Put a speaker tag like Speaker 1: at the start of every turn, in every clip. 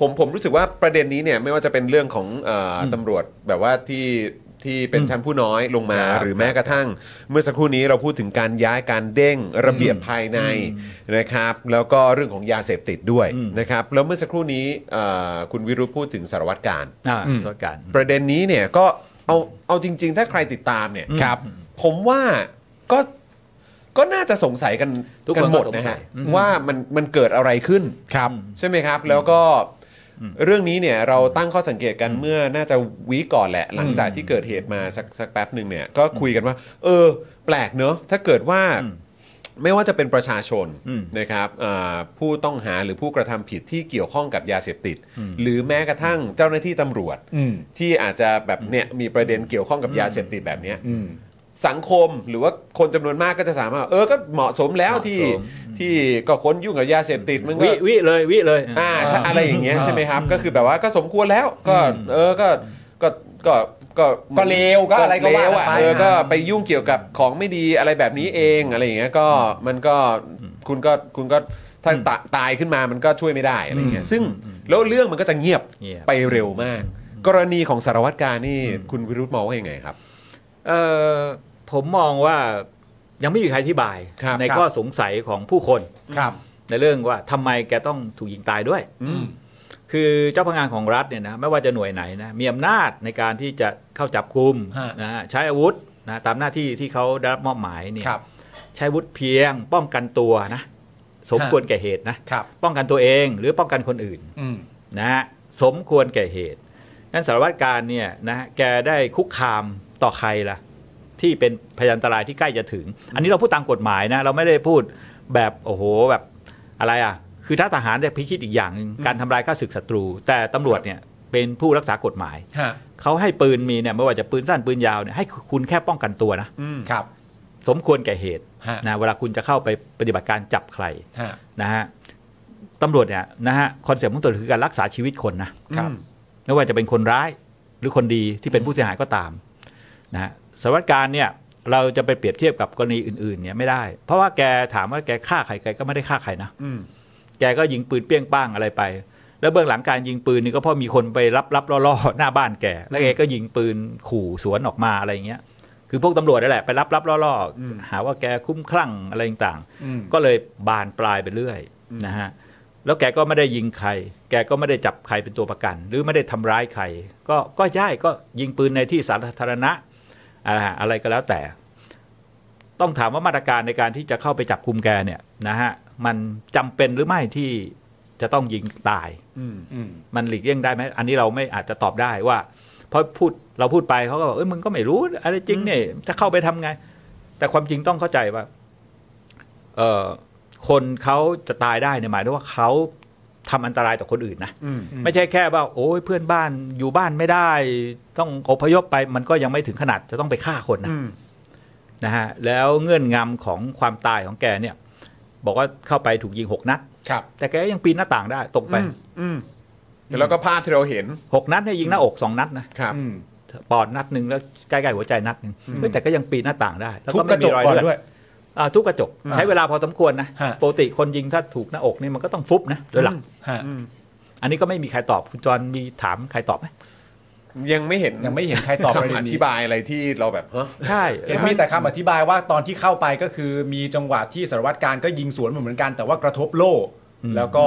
Speaker 1: ผมผมรู้สึกว่าประเด็นนี้เนี่ยไม่ว่าจะเป็นเรื่องของเอออ
Speaker 2: ม
Speaker 1: ตำรวจแบบว่าที่ที่เป็น
Speaker 2: อืม
Speaker 1: ชั้นผู้น้อยลงมา
Speaker 2: ครับ
Speaker 1: หรือแม้กระทั่ง เมื่อสักครู่นี้เราพูดถึงการย้ายการเด้งระเบียบภายในนะครับ แล้วก็เรื่องของยาเสพติดด้วย
Speaker 2: อืม
Speaker 1: นะครับแล้วเมื่อสักครู่นี้เอ่อคุณวิรุธพูดถึงสารวัตรการ
Speaker 2: อ่า
Speaker 3: อืม
Speaker 2: ตัวการ
Speaker 1: ประเด็นนี้เนี่ยก็เอาเอาจริง ๆ ถ้าใครติดตามเนี่ย
Speaker 3: ครับ
Speaker 1: ผมว่าก็ก็น่าจะสงสัยกัน
Speaker 2: ทุกคน
Speaker 1: กันหมด
Speaker 2: ก็สงสัย
Speaker 1: นะฮะ
Speaker 2: อืม
Speaker 1: ว่ามันมันเกิดอะไรขึ้น
Speaker 3: ครับ
Speaker 1: ใช่ไหมครับ แล้วก็เรื่องนี้เนี่ยเราตั้งข้อสังเกตกันเมื่อน่าจะวีคก่อนแหละ หลังจากที่เกิดเหตุมาสักสักแป๊บหนึ่งเนี่ยก็คุยกันว่า เออ แปลกเนอะถ้าเกิดว่า
Speaker 2: อืม
Speaker 1: ไม่ว่าจะเป็นประชาชน
Speaker 2: อืม
Speaker 1: นะครับอ่าผู้ต้องหาหรือผู้กระทำผิดที่เกี่ยวข้องกับยาเสพติด หรือแม้กระทั่งเจ้าหน้าที่ตำรวจ
Speaker 3: อืม
Speaker 1: ที่อาจจะแบบเนี่ยมีประเด็นเกี่ยวข้องกับยาเสพติดแบบเนี้ย
Speaker 3: อืม
Speaker 1: สังคมหรือว่าคนจำนวนมากก็จะสามารถเออก็เหมาะสมแล้วที่
Speaker 2: เหมาะสม
Speaker 1: ที่ก็คนยุ่งกับยาเสพติดมันก็
Speaker 2: วิวิเลยวิเลย
Speaker 1: อ่าใช่อะไรอย่างเงี้ย
Speaker 3: อ่า
Speaker 1: ใช่ไหมครับ ก็คือแบบว่าก็สมควรแล้วก็เออก็ก็ก็ก็
Speaker 3: ก็เลวก็อะไรก็
Speaker 1: เล
Speaker 3: ว่า
Speaker 1: อ่ะ
Speaker 3: ไป
Speaker 1: เออ
Speaker 3: นะ
Speaker 1: ก็ไปยุ่งเกี่ยวกับของไม่ดีอะไรแบบนี้เองอะไรอย่างเงี้ยก็มันก็คุณก็คุณก็ถ้าตาตายขึ้นมามันก็ช่วยไม่ได้อะไรอย่างเงี้ยซึ่งแล้วเรื่องมันก็จะเงียบ
Speaker 2: เงียบ
Speaker 1: ไปเร็วมาก กรณีของสารวัตรการนี่คุณวิรุธมองว่ายังไงครับ
Speaker 2: เอ่อผมมองว่ายังไม่มีใครอธิบาย
Speaker 1: ครับ
Speaker 2: ในข้อสงสัยของผู้คน
Speaker 3: ครับ
Speaker 2: ในเรื่องว่าทำไมแกต้องถูกยิงตายด้วย
Speaker 1: อืม
Speaker 2: คือเจ้าพนักงานของรัฐเนี่ยนะไม่ว่าจะหน่วยไหนนะมีอำนาจในการที่จะเข้าจับกลุ่ม
Speaker 3: ฮะ
Speaker 2: นะฮะใช้อาวุธนะตามหน้าที่ที่เขาได้รับมอบหมายเนี่ย
Speaker 3: ครับ
Speaker 2: ใช้อาวุธเพียงป้องกันตัวนะสมควรแก่เหตุนะครับ ป้องกันตัวเองหรือป้องกันคนอื่น
Speaker 3: อืม
Speaker 2: นะฮะสมควรแก่เหตุ นั้นสารวัตรการเนี่ยนะฮะแกได้คุกคามต่อใครล่ะ ที่เป็นพยานอันตรายที่ใกล้จะถึง อันนี้เราพูดตามกฎหมายนะ เราไม่ได้พูดแบบโอ้โหแบบอะไรอ่ะ คือถ้าทหารได้พิคิดอีกอย่างหนึ่งการทำลายข้าศึกศัตรู แต่ตำรวจเนี่ยเป็นผู้รักษากฎหมาย
Speaker 3: ฮะ
Speaker 2: เขาให้ปืนมีเนี่ยไม่ว่าจะปืนสั้นปืนยาวเนี่ยให้คุณแค่ป้องกันตัวนะ
Speaker 3: ครับ
Speaker 2: สมควรแก่เหตุ
Speaker 3: ฮะ
Speaker 2: นะเวลาคุณจะเข้าไปปฏิบัติการจับใคร
Speaker 3: ฮะ
Speaker 2: นะฮะตำรวจเนี่ยนะฮะคอนเซ็ปต์ของตำรวจคือการรักษาชีวิตคนนะครับ ไม่ว่าจะเป็นคนร้ายหรือคนดีที่เป็นผู้เสียหายก็ตามนะฮะสารวัตรการเนี่ยเราจะไปเปรียบเทียบกับกรณีอื่นๆเนี่ยไม่ได้ เพราะว่าแกถามว่าแกฆ่าใครแกก็ไม่ได้ฆ่าใครนะ
Speaker 1: อืม
Speaker 2: แกก็ยิงปืนเปี้ยงป้างอะไรไป แล้วเบื้องหลังการยิงปืนนี่ก็เพราะมีคนไปรับรับล่อๆหน้าบ้านแกแล้วแกก็ยิงปืนขู่สวนออกมาอะไรอย่างเงี้ย คือพวกตำรวจนั่นแหละไปรับรับล่อๆหาว่าแกคุ้มคลั่งอะไรต่างๆ
Speaker 3: อืม
Speaker 2: ก็เลยบานปลายไปเรื่อยนะฮะ แล้วแกก็ไม่ได้ยิงใคร แกก็ไม่ได้จับใครเป็นตัวประกัน หรือไม่ได้ทำร้ายใคร ก็ก็ใช่ก็ยิงปืนในที่สาธารณะอะไรอะไรก็แล้วแต่ ต้องถามว่ามาตรการในการที่จะเข้าไปจับคุมแกเนี่ยนะฮะมันจำเป็นหรือไม่ที่จะต้องยิงตาย
Speaker 3: อืม
Speaker 2: มันหลีกเลี่ยงได้ไหมอันนี้เราไม่อาจจะตอบได้ว่าเพราะพูดเราพูดไปเขาก็บอกเอ้ยมึงก็ไม่รู้อะไรจริงเนี่ยจะเข้าไปทำไง แต่ความจริงต้องเข้าใจว่าเออคนเขาจะตายได้เนี่ยหมายถึงว่าเขาทำอันตรายต่อคนอื่นนะไม่ใช่แค่ว่า โอ้ยเพื่อนบ้านอยู่บ้านไม่ได้ ต้องอพยพไป มันก็ยังไม่ถึงขนาดจะต้องไปฆ่าคนนะนะฮะแล้วเงื่อนงำของความตายของแกเนี่ย บอกว่าเข้าไปถูกยิงหกนัด
Speaker 3: ครับ
Speaker 2: แต่แกก็ยังปีนหน้าต่างได้ตกไป
Speaker 1: แล้วก็ภาพที่เราเห็น
Speaker 2: หกนัดเนี่ยยิงหน้าอกสองนัดนะครับ
Speaker 3: อืม
Speaker 2: ปอดนัดหนึ่งแล้วใกล้ๆหัวใจนัดหนึ่งเฮ้ยแต่ก็ยังปีนหน้าต่างได้แล้ว
Speaker 3: ทุบ
Speaker 2: ก็
Speaker 3: ก
Speaker 2: ไม่
Speaker 3: ระจ
Speaker 2: มี
Speaker 3: ก
Speaker 2: รอย
Speaker 3: ก่อน
Speaker 2: เลือด
Speaker 3: ด้วย
Speaker 2: อ่าทุบกระจก ใช้เวลาพอสมควรนะ
Speaker 3: ฮะ
Speaker 2: ปกติคนยิงถ้าถูกหน้าอกนี่มันก็ต้องฟุบนะโดยหลัก
Speaker 3: ฮะ
Speaker 2: อันนี้ก็ไม่มีใครตอบคุณจรมีถามใครตอบไหม
Speaker 1: ยังไม่เห็น
Speaker 3: ยังไม่เห็นใครตอบประเด็น
Speaker 1: คำอ
Speaker 3: นี้
Speaker 1: ธิบายอะไรที่เราแบบฮะ
Speaker 2: ใช่
Speaker 3: เห็นมีแต่คำอธิบายว่าตอนที่เข้าไปก็คือมีจังหวะที่สารวัตรการก็ยิงสวนเหมือนกัน แต่ว่ากระทบโล่ แล้วก็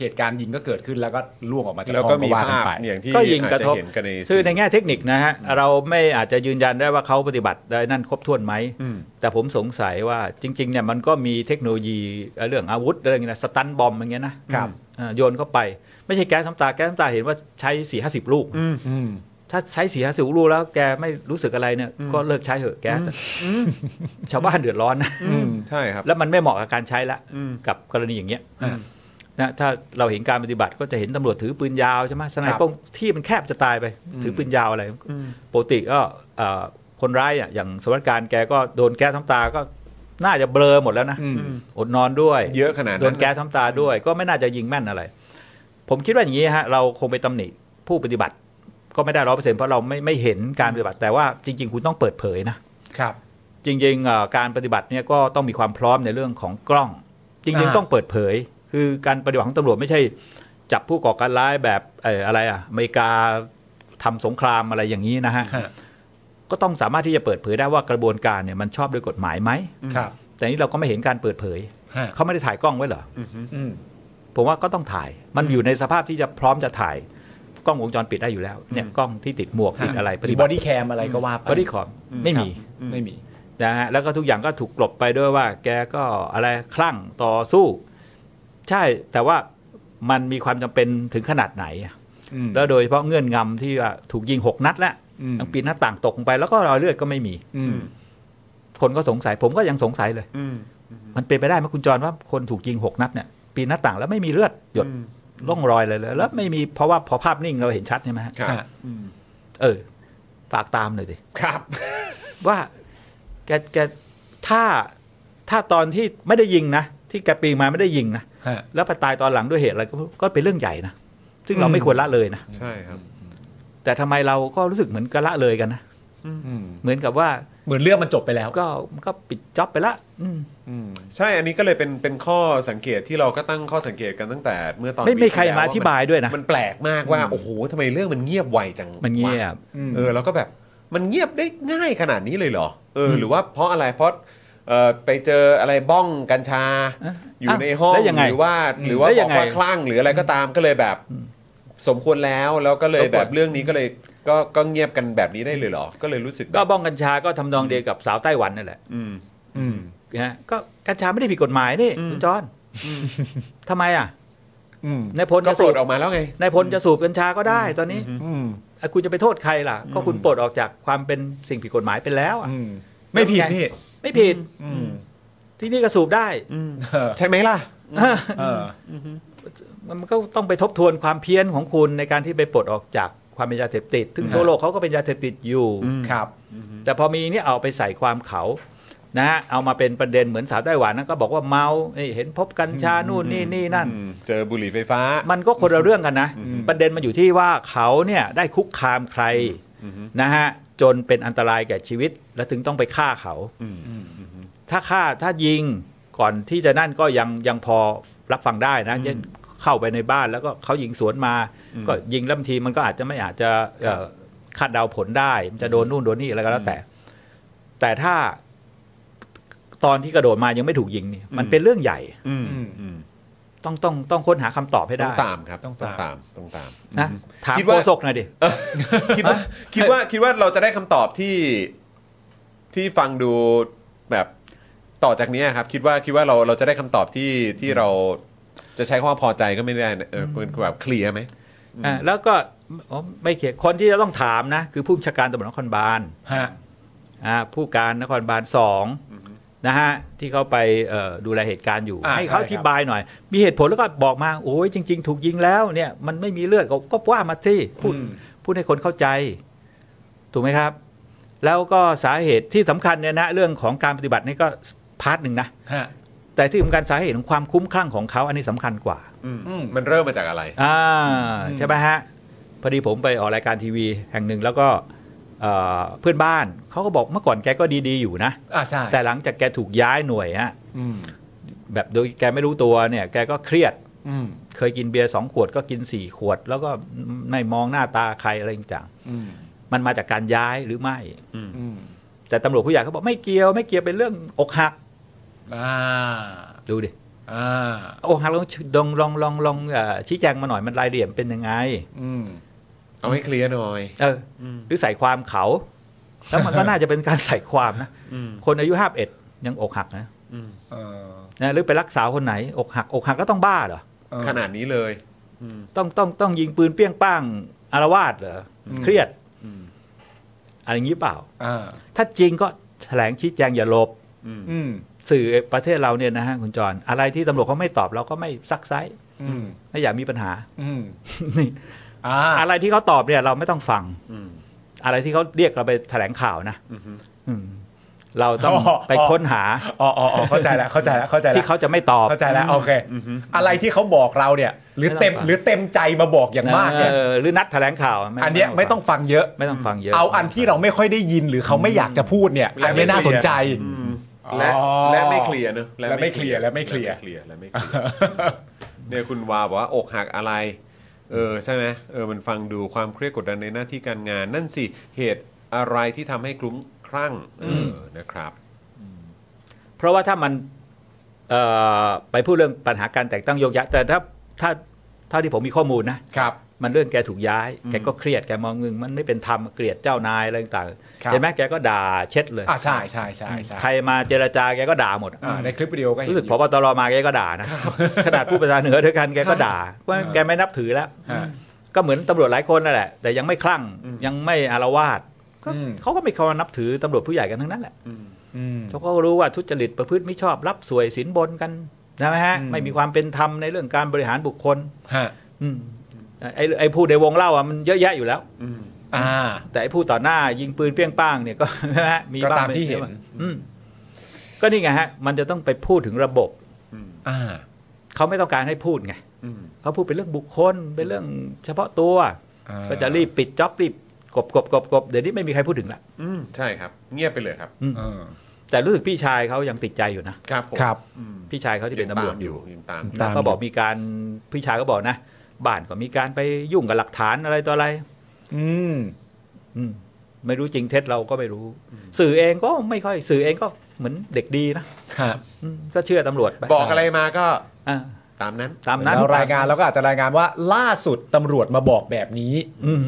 Speaker 3: เหตุการณ์ยิงก็เกิดขึ้นแล้วก็ล่วงออกมาจาก
Speaker 1: แล้ว
Speaker 3: ห้อง
Speaker 1: ก็มี
Speaker 3: ว่า
Speaker 1: ภาพ
Speaker 3: นไป
Speaker 1: อย่างที่
Speaker 2: ก็
Speaker 1: อา
Speaker 2: ยิงก
Speaker 1: จ
Speaker 2: ระ
Speaker 1: จะ
Speaker 2: ทบ
Speaker 1: เห็นกันในสื่
Speaker 2: คือในแง่เทคนิคนะฮะเราไม่อาจจะยืนยันได้ว่าเขาปฏิบัติได้นั่นครบถ้วนไหม
Speaker 1: อืม
Speaker 2: แต่ผมสงสัยว่าจริงๆเนี่ยมันก็มีเทคโนโลยีเอ่อเรื่องอาวุธอะไรเงี้ยนะสตันบอมอย่างเงี้ยนะครับ เอ่อโยนเข้าไป ไม่ใช่แก๊สน้ำตาแก๊สน้ำตาเห็นว่าใช้สี่ห้าสิบลูก
Speaker 3: อืม
Speaker 2: ถ้าใช้สี่ห้าสิบลูกแล้วแกไม่รู้สึกอะไรเนี่ยก็เลิกใช้เถอะแก๊สอะชาวบ้านเดือดร้อนนะ
Speaker 1: อืมใช่ครับ
Speaker 2: แล้วมันไม่เหมาะกับการใช้ละ
Speaker 1: อืม
Speaker 2: กับกรณีอย่างเงี้ย
Speaker 3: อืม
Speaker 2: นะถ้าเราเห็นการปฏิบัติก็จะเห็นตำรวจถือปืนยาวใช่ไหมสนาย
Speaker 3: ครับ
Speaker 2: ป้องที่มันแคบจะตายไป ถือปืนยาวอะไรปกติก็เอ่อคนร้ายอ่ะอย่างสวัสดิการแกก็โดนแก๊สน้ำตาก็น่าจะเบลอหมดแล้วนะ
Speaker 3: อืม
Speaker 2: อดนอนด้วย
Speaker 1: เยอะขนาด
Speaker 2: โด
Speaker 1: นั้น น
Speaker 2: แก๊สน้ำตาด้วยก็ไม่น่าจะยิงแม่นอะไร ผมคิดว่าอย่างนี้ฮะเราคงไปตำหนิผู้ปฏิบัติก็ไม่ได้ร้อยเปอร์เซ็นต์เพราะเราไม่ไม่เห็นการปฏิบัติแต่ว่าจริง ๆ คุณต้องเปิดเผยนะ
Speaker 3: ครับ
Speaker 2: จริงๆเอ่อการปฏิบัติเนี่ยก็ต้องมีความพร้อมในเรื่องของกล้อง จริง
Speaker 3: อ่า
Speaker 2: ๆต้องเปิดเผย คือการปฏิบัติของตำรวจไม่ใช่ จับผู้ก่อการร้ายแบบเอ่ออะไรอ่ะอเมริกาทำสงครามอะไรอย่างนี้นะฮะ
Speaker 3: ฮะ
Speaker 2: ก็ต้องสามารถที่จะเปิดเผยได้ว่ากระบวนการเนี่ยมันชอบด้วยกฎหมายไหม
Speaker 3: ครับ
Speaker 2: แต่นี่เราก็ไม่เห็นการเปิดเผย
Speaker 3: ฮะ
Speaker 2: เขาไม่ได้ถ่ายกล้องไว้เหรอ
Speaker 3: อืม
Speaker 2: ผมว่าก็ต้องถ่าย มันอยู่ในสภาพที่จะพร้อมจะถ่าย กล้องวงจรปิดได้อยู่แล้ว เนี่ยกล้องที่ติดหมวกติดอะไร
Speaker 3: ห
Speaker 2: ป
Speaker 3: รื
Speaker 2: ฏิ
Speaker 3: อ
Speaker 2: บั
Speaker 3: บอ
Speaker 2: ติ
Speaker 3: ดี้แคมอะไรก็ว่าไป
Speaker 2: บอดี้คอมไม่มี
Speaker 3: ครับไม่มี
Speaker 2: นะฮะ แล้วก็ทุกอย่างก็ถูกกลบไปด้วยว่า แกก็อะไรคลั่งต่อสู้ ใช่ แต่ว่ามันมีความจำเป็นถึงขนาดไหน แล้วโดยเฉพาะเงื่อนงำที่ว่าถูกยิงหกนัดแล้ว
Speaker 3: อืม
Speaker 2: ทั้งปีนหน้าต่างตกลงไป แล้วก็รอยเลือดก็ไม่มี
Speaker 3: อืม
Speaker 2: คนก็สงสัย ผมก็ยังสงสัยเลย มันเป็นไปได้ไหมคุณจรว่าคนถูกยิงหกนัดเนี่ยปีนหน้าต่างแล้วไม่มีเลือดหยดร่องรอยเลยเลยแล้วไม่มีเพราะว่าพอภาพนิ่งเราเห็นชัดใช่ไหมฮะ
Speaker 1: ครับ
Speaker 3: ฮะ
Speaker 2: เออฝากตามหน่อยดิ
Speaker 1: ครับ
Speaker 2: ว่าแกแกถ้าถ้าตอนที่ไม่ได้ยิงนะ ที่แกปีนมาไม่ได้ยิงนะ
Speaker 3: ฮะ
Speaker 2: แล้วไปตายตอนหลังด้วยเหตุอะไรก็ก็เป็นเรื่องใหญ่นะ ซึ่งเรา
Speaker 3: อืม
Speaker 2: ไม่ควรละเลยนะ
Speaker 1: ใช่ครับ
Speaker 2: แต่ทำไมเราก็รู้สึกเหมือนกะละเลยกันนะ
Speaker 3: อืม
Speaker 2: เหมือนกับว่า
Speaker 3: เหมือนเรื่องมันจบไปแล้ว
Speaker 2: ก็ก็ปิดจ็อบไปละอืม
Speaker 3: อืม
Speaker 1: ใช่อันนี้ก็เลยเป็นเป็นข้อสังเกตที่เราก็ตั้งข้อสังเกตกันตั้งแต่เมื่อตอน
Speaker 2: ไม่
Speaker 1: วี
Speaker 2: ไม่ใคร
Speaker 1: ที่แล้ว
Speaker 2: มาอธิบายด้วยนะ
Speaker 1: มันแปลกมากว่าโอ้โหทำไมเรื่องมันเงียบไวจัง
Speaker 2: มันเงียว
Speaker 1: ะ
Speaker 2: บ
Speaker 1: เออแล้วก็แบบมันเงียบได้ง่ายขนาดนี้เลยเหรอเอออหรือว่าเพราะอะไรเพราะเอ่อไปเจออะไรบ้องกัญชา
Speaker 2: เอ๊ะ
Speaker 1: อยู่ในห้อง
Speaker 2: แล้วยังไง
Speaker 1: หรือว่า
Speaker 3: อืม
Speaker 1: หรือว่า
Speaker 2: แล้ว
Speaker 1: บ
Speaker 2: ยั
Speaker 1: อก
Speaker 2: งไง
Speaker 1: ว่าคลั่งหรืออะไรก็ตามก็เลยแบบสมควรแล้วแล้วก็เลย
Speaker 2: รบกวน
Speaker 1: แบบเรื่องนี้ก็เลยก็ก็เงียบกันแบบนี้ได้เลยเหรอ ก็เลยรู้สึกแบ
Speaker 2: ก็
Speaker 1: บ
Speaker 2: บ้องกัญชาก็ทำนองเดียวกับสาวไต้หวันนั่นแหละ
Speaker 1: อืม
Speaker 3: อืม
Speaker 2: นะฮะก็กัญชาไม่ได้ผิดกฎหมายนี่
Speaker 1: อืม
Speaker 2: คุณจอนทำไมอ่ะ
Speaker 3: อืม
Speaker 2: นายพล
Speaker 1: ก็
Speaker 2: จะ
Speaker 1: ปล
Speaker 2: สู
Speaker 1: ด
Speaker 2: บ
Speaker 1: ออกมาแล้วไง
Speaker 2: นายพลจะสูบกัญชาก็ได้ ตอนนี้
Speaker 3: อืม
Speaker 2: เอ้ยคุณจะไปโทษใครล่ะ ก็คุณปลดออกจากความเป็นสิ่งผิดกฎหมายไปแล้วอ่ะ
Speaker 3: อืมไม่ผิดนี่
Speaker 2: ไม่ผิด
Speaker 3: อืม
Speaker 2: ที่นี่ก็สูบได้
Speaker 3: เออ
Speaker 1: ใช่ไหมล่ะ
Speaker 3: เออ
Speaker 2: มันก็ต้องไปทบทวนความเพี้ยนของคุณในการที่ไปปลดออกจากความเป็นยาเสพติดซึ่ง
Speaker 3: อืม
Speaker 2: ทั่วโลกเขาก็เป็นยาเสพติดอยู่
Speaker 3: ครับ
Speaker 2: แต่พอมีเนี่ยเอาไปใส่ความเขานะฮะเอามาเป็นประเด็นเหมือนสาวไต้หวันนะก็บอกว่าเมาเอ้ยเห็นพบกัญชานู่นนี่นี่นั่น
Speaker 1: อืมเจอบุหรี่ไฟฟ้า
Speaker 2: มันก็คนละเรื่องกันนะ
Speaker 3: อืม
Speaker 2: ประเด็นมันอยู่ที่ว่าเขาเนี่ยได้คุกคามใคร
Speaker 1: อืม
Speaker 2: นะฮะจนเป็นอันตรายแก่ชีวิต และถึงต้องไปฆ่าเขา
Speaker 1: อืม
Speaker 2: ถ้าฆ่าถ้ายิงก่อนที่จะนั่นก็ยังยังพอรับฟังได้นะเช่นเข้าไปในบ้านแล้วก็เขายิงสวนมา ก็ยิงแล้วบางทีมันก็อาจจะไม่อาจจะเอ่อคาดเดาผลได้ มันจะโดนนู่นโดนนี่อะไรก็แล้วแต่ แต่ถ้าตอนที่กระโดดมายังไม่ถูกยิงเนี่ยมันเป็นเรื่องใหญ่
Speaker 1: อืม
Speaker 3: อืม
Speaker 1: อืม
Speaker 2: ต้องต้องต้องค้นหาคำตอบให้
Speaker 1: ต้อ
Speaker 2: ได้
Speaker 1: งตามครับ
Speaker 3: ต้
Speaker 1: ต้อ
Speaker 3: อง ง
Speaker 1: ตา
Speaker 3: ตาม ม
Speaker 1: ต้องตาม
Speaker 2: นะถาม
Speaker 1: คิด
Speaker 2: โฆ
Speaker 1: ว่า
Speaker 2: ษกหน่อยดิ
Speaker 1: คิดว่าคิดว่าคิดว่าเราจะได้คำตอบที่ที่ฟังดูแบบต่อจากเนี้ยครับ คิดว่าคิดว่าเราเราจะได้คำตอบที่ที่เราจะใช้คำว่าพอใจก็ไม่ได้นะเออคุณแบบเคลียร์ไหม
Speaker 2: อ่าแล้วก็อ๋อไม่เขียนคนที่จะต้องถามนะ คือผู้บัญชาการตำรวจนครบาล
Speaker 3: ฮะ
Speaker 2: อ่าผู้การนครบาลสองนะฮะที่เขาไปเอ่อดูแลเหตุการณ์อยู่
Speaker 3: อ่า
Speaker 2: ให้เขาอ
Speaker 3: ใช่ครับ
Speaker 2: ธิบายหน่อย มีเหตุผลแล้วก็บอกมา โอ้ยจริง ๆ ถูกยิงแล้วเนี่ยมันไม่มีเลือดก็ก็ว่ามาที่พูด
Speaker 3: อืม
Speaker 2: พูดให้คนเข้าใจ ถูกไหมครับ แล้วก็สาเหตุที่สำคัญเนี่ยนะเรื่องของการปฏิบัตินี่ก็พาร์ทหนึ่งนะ
Speaker 3: ฮะ
Speaker 2: แต่ที่สำคัญสาเหตุของความคุ้มคลั่งของเขาอันนี้สำคัญกว่า
Speaker 3: อืม
Speaker 1: มันเริ่มมาจากอะไร
Speaker 2: อ่าใช่ไหมฮะ พอดีผมไปออกรายการทีวีแห่งหนึ่งแล้วก็เอ่อเพื่อนบ้านเขาก็บอกเมื่อก่อนแกก็ดีๆอยู่นะ
Speaker 3: อ่าใช่
Speaker 2: แต่หลังจากแกถูกย้ายหน่วยฮะ
Speaker 3: อืม
Speaker 2: แบบโดยแกไม่รู้ตัวเนี่ยแกก็เครียด
Speaker 3: อืม
Speaker 2: เคยกินเบียร์สองขวดก็กินสี่ขวด แล้วก็ไม่มองหน้าตาใครอะไรต่าง
Speaker 3: อืม
Speaker 2: ๆมันมาจากการย้ายหรือไม่
Speaker 3: อืม
Speaker 2: แต่ตำรวจผู้ใหญ่เขาบอกไม่เกี่ยวไม่เกี่ยวเป็นเรื่องอกหัก
Speaker 3: อ่า
Speaker 2: ดูดิ
Speaker 3: อ่า
Speaker 2: อกหักลองลองลองลองลองเอ่อชี้แจงมาหน่อยมันรายละเอียดเป็นยังไง
Speaker 3: อืม
Speaker 1: เอาให้เคลียร์หน่อย
Speaker 2: เอออหรือใส่ความเขา แล้วมันก็น่าจะเป็นการใส่ความนะ คนอายุห้าเอ็ดยังอกหักนะ
Speaker 3: เออ
Speaker 2: นะหรือไปรักษาคนไหน อกหัก อกหักก็ต้องบ้าเหรอ
Speaker 3: เออ
Speaker 1: ขนาดนี้เลย
Speaker 2: ต้องต้องต้องยิงปืนเปี้ยงป้างอารวาสเหรออ
Speaker 3: ม
Speaker 2: เครียดอะไรอย่างนี้เปล่า
Speaker 3: อ่า
Speaker 2: ถ้าจริงก็แถลงชี้แจงอย่าหลบ
Speaker 3: อืม
Speaker 2: สื่อประเทศเราเนี่ยนะฮะคุณจร อะไรที่ตำรวจเขาไม่ตอบเราก็ไม่ซักไซส์
Speaker 3: อืม
Speaker 2: ไม่อยากมีปัญหา
Speaker 3: อืม
Speaker 2: นี่
Speaker 3: อ่า
Speaker 2: อะไรที่เขาตอบเนี่ยเราไม่ต้องฟัง อะไรที่เขาเรียกเราไปแถลงข่าวนะอืมเราต้องไปค้นหา
Speaker 3: อ๋ออ๋ออ๋อเข้าใจแล้วเข้าใจแล้วเข้าใจแล้ว
Speaker 2: ที่เขาจะไม่ตอบ
Speaker 3: เข้าใจแล้วโอเค อะไรที่เขาบอกเราเนี่ย หรือเต็ม
Speaker 2: ไม่ต้องฟัง
Speaker 3: หรือเต็มใจมาบอกอย่างมากเนี่ย
Speaker 2: ออหรือนัดแถลงข่าว
Speaker 3: อันเนี้ยไม่ต้องฟังเยอะ
Speaker 2: ไม่ต้องฟังเยอะ
Speaker 3: เอาอันที่เราไม่ค่อยได้ยินหรือเขาไม่อยากจะพูดเนี่ย
Speaker 1: และ
Speaker 3: อันไม่น่า
Speaker 1: ไม่เคลี
Speaker 3: ส
Speaker 1: ยร์
Speaker 3: นใจ
Speaker 1: และ
Speaker 3: อ๋อ
Speaker 1: และไม่เคลียร์เนอะ
Speaker 3: และไม่เคลียร์และไม่เคลียร์
Speaker 1: และไม่เคลียร์และไม่เคลียร์ เนี่ยคุณวาบอกว่าอกหักอะไร เออใช่ไหมเออมันฟังดูความเครียดกดดันในหน้าที่การงาน นั่นสิเหตุอะไรที่ทำให้คลุ้มคลั่งเออนะครับ
Speaker 2: เพราะว่าถ้ามันเอ่อไปพูดเรื่องปัญหาการแต่งตั้งโยกย้ายแต่ถ้าถ้าเท่าที่ผมมีข้อมูลนะ
Speaker 3: ครับ
Speaker 2: มันเรื่องแกถูกย้าย
Speaker 1: อืม
Speaker 2: แกก็เครียดแกมองมึงมันไม่เป็นธรรมเกลียดเจ้านายอะไรต่าง
Speaker 3: ครั
Speaker 2: ๆ
Speaker 3: บ
Speaker 2: เห็นไหมแกก็ด่าเช็ดเลย
Speaker 3: อ่าใช่ใช่ใช่ใช่
Speaker 2: ใครมาเจรจาแกก็ด่าหมด
Speaker 3: อ่าในคลิปวิดีโอก็เห็น
Speaker 2: รู้สึก
Speaker 3: อ
Speaker 2: พ
Speaker 3: ยู่
Speaker 2: บตรมาแกก็ด่านะขนาดผู้ประธานเหนือด้วยกันแกก็ด่าว่า
Speaker 3: ครับ
Speaker 2: แกไม่นับถือแล้ว
Speaker 3: ฮะ
Speaker 2: ก็เหมือนตำรวจหลายคนนั่นแหละ แต่ยังไม่คลั่ง
Speaker 1: อืม
Speaker 2: ยังไม่อารวาสก็
Speaker 3: อืม
Speaker 2: เขาก็ไม่เคารพนับถือตำรวจผู้ใหญ่กันทั้งนั้นแหละ
Speaker 3: อืม
Speaker 2: เขาก็รู้ว่าทุจริตประพฤติไม่ชอบรับสวยสินบนกันนะไหมฮะ
Speaker 3: อืม
Speaker 2: ไม่มีความเป็นธรรมในเรื่องการบริหารบุคคล
Speaker 3: ฮะ
Speaker 2: อืมไอ้ไอ้ผู้ในวงเล่าอ่ะมันเยอะแยะอยู่แล้ว
Speaker 1: อืม
Speaker 3: อ่า
Speaker 2: แต่ไอ้ผู้ต่อหน้ายิงปืนเปี้ยงป้างเนี่ยก็ นะฮะมี
Speaker 3: ก็
Speaker 2: บ้ง
Speaker 3: ตามที่เห็น
Speaker 2: อืมก็นี่ไงฮะ มันจะต้องไปพูดถึงระบบ
Speaker 1: อืม
Speaker 3: อ่า
Speaker 2: เขาไม่ต้องการให้พูดไง
Speaker 1: อืม
Speaker 2: เขาพูดเป็นเรื่องบุคคลเป็นเรื่องเฉพาะตัว
Speaker 3: อ่า
Speaker 2: ก็จะรีบปิดจ็อบรีบกบกบกบกบเดี๋ยวนี้ไม่มีใครพูดถึงละ
Speaker 1: อืมใช่ครับ เงียบไปเลยครับ
Speaker 2: อืม
Speaker 3: อ่า
Speaker 2: แต่รู้สึกพี่ชายเขายังติดใจอยู่นะครับ
Speaker 1: ผม
Speaker 3: ครับ
Speaker 1: อืม
Speaker 2: พี่ชายเขาที่เป็นตำรวจอยู่
Speaker 1: ยังตาม
Speaker 3: ตาม
Speaker 2: ก็บอกมีการพี่ชายก็บอกนะบ้านก็มีการไปยุ่งกับหลักฐานอะไรต่ออะไร
Speaker 3: อืม
Speaker 2: อืมไม่รู้จริงเท็จเราก็ไม่รู้ สื่อเองก็ไม่ค่อยสื่อเองก็เหมือนเด็กดีนะครับ อืมก็เชื่อตำรวจไป
Speaker 1: บอกอะไรมาก็
Speaker 2: อ่า
Speaker 1: ตามนั้น
Speaker 2: ตามนั้น
Speaker 3: แล้วรายงานเราก็อาจจะรายงานว่าล่าสุดตำรวจมาบอกแบบนี้
Speaker 2: อืม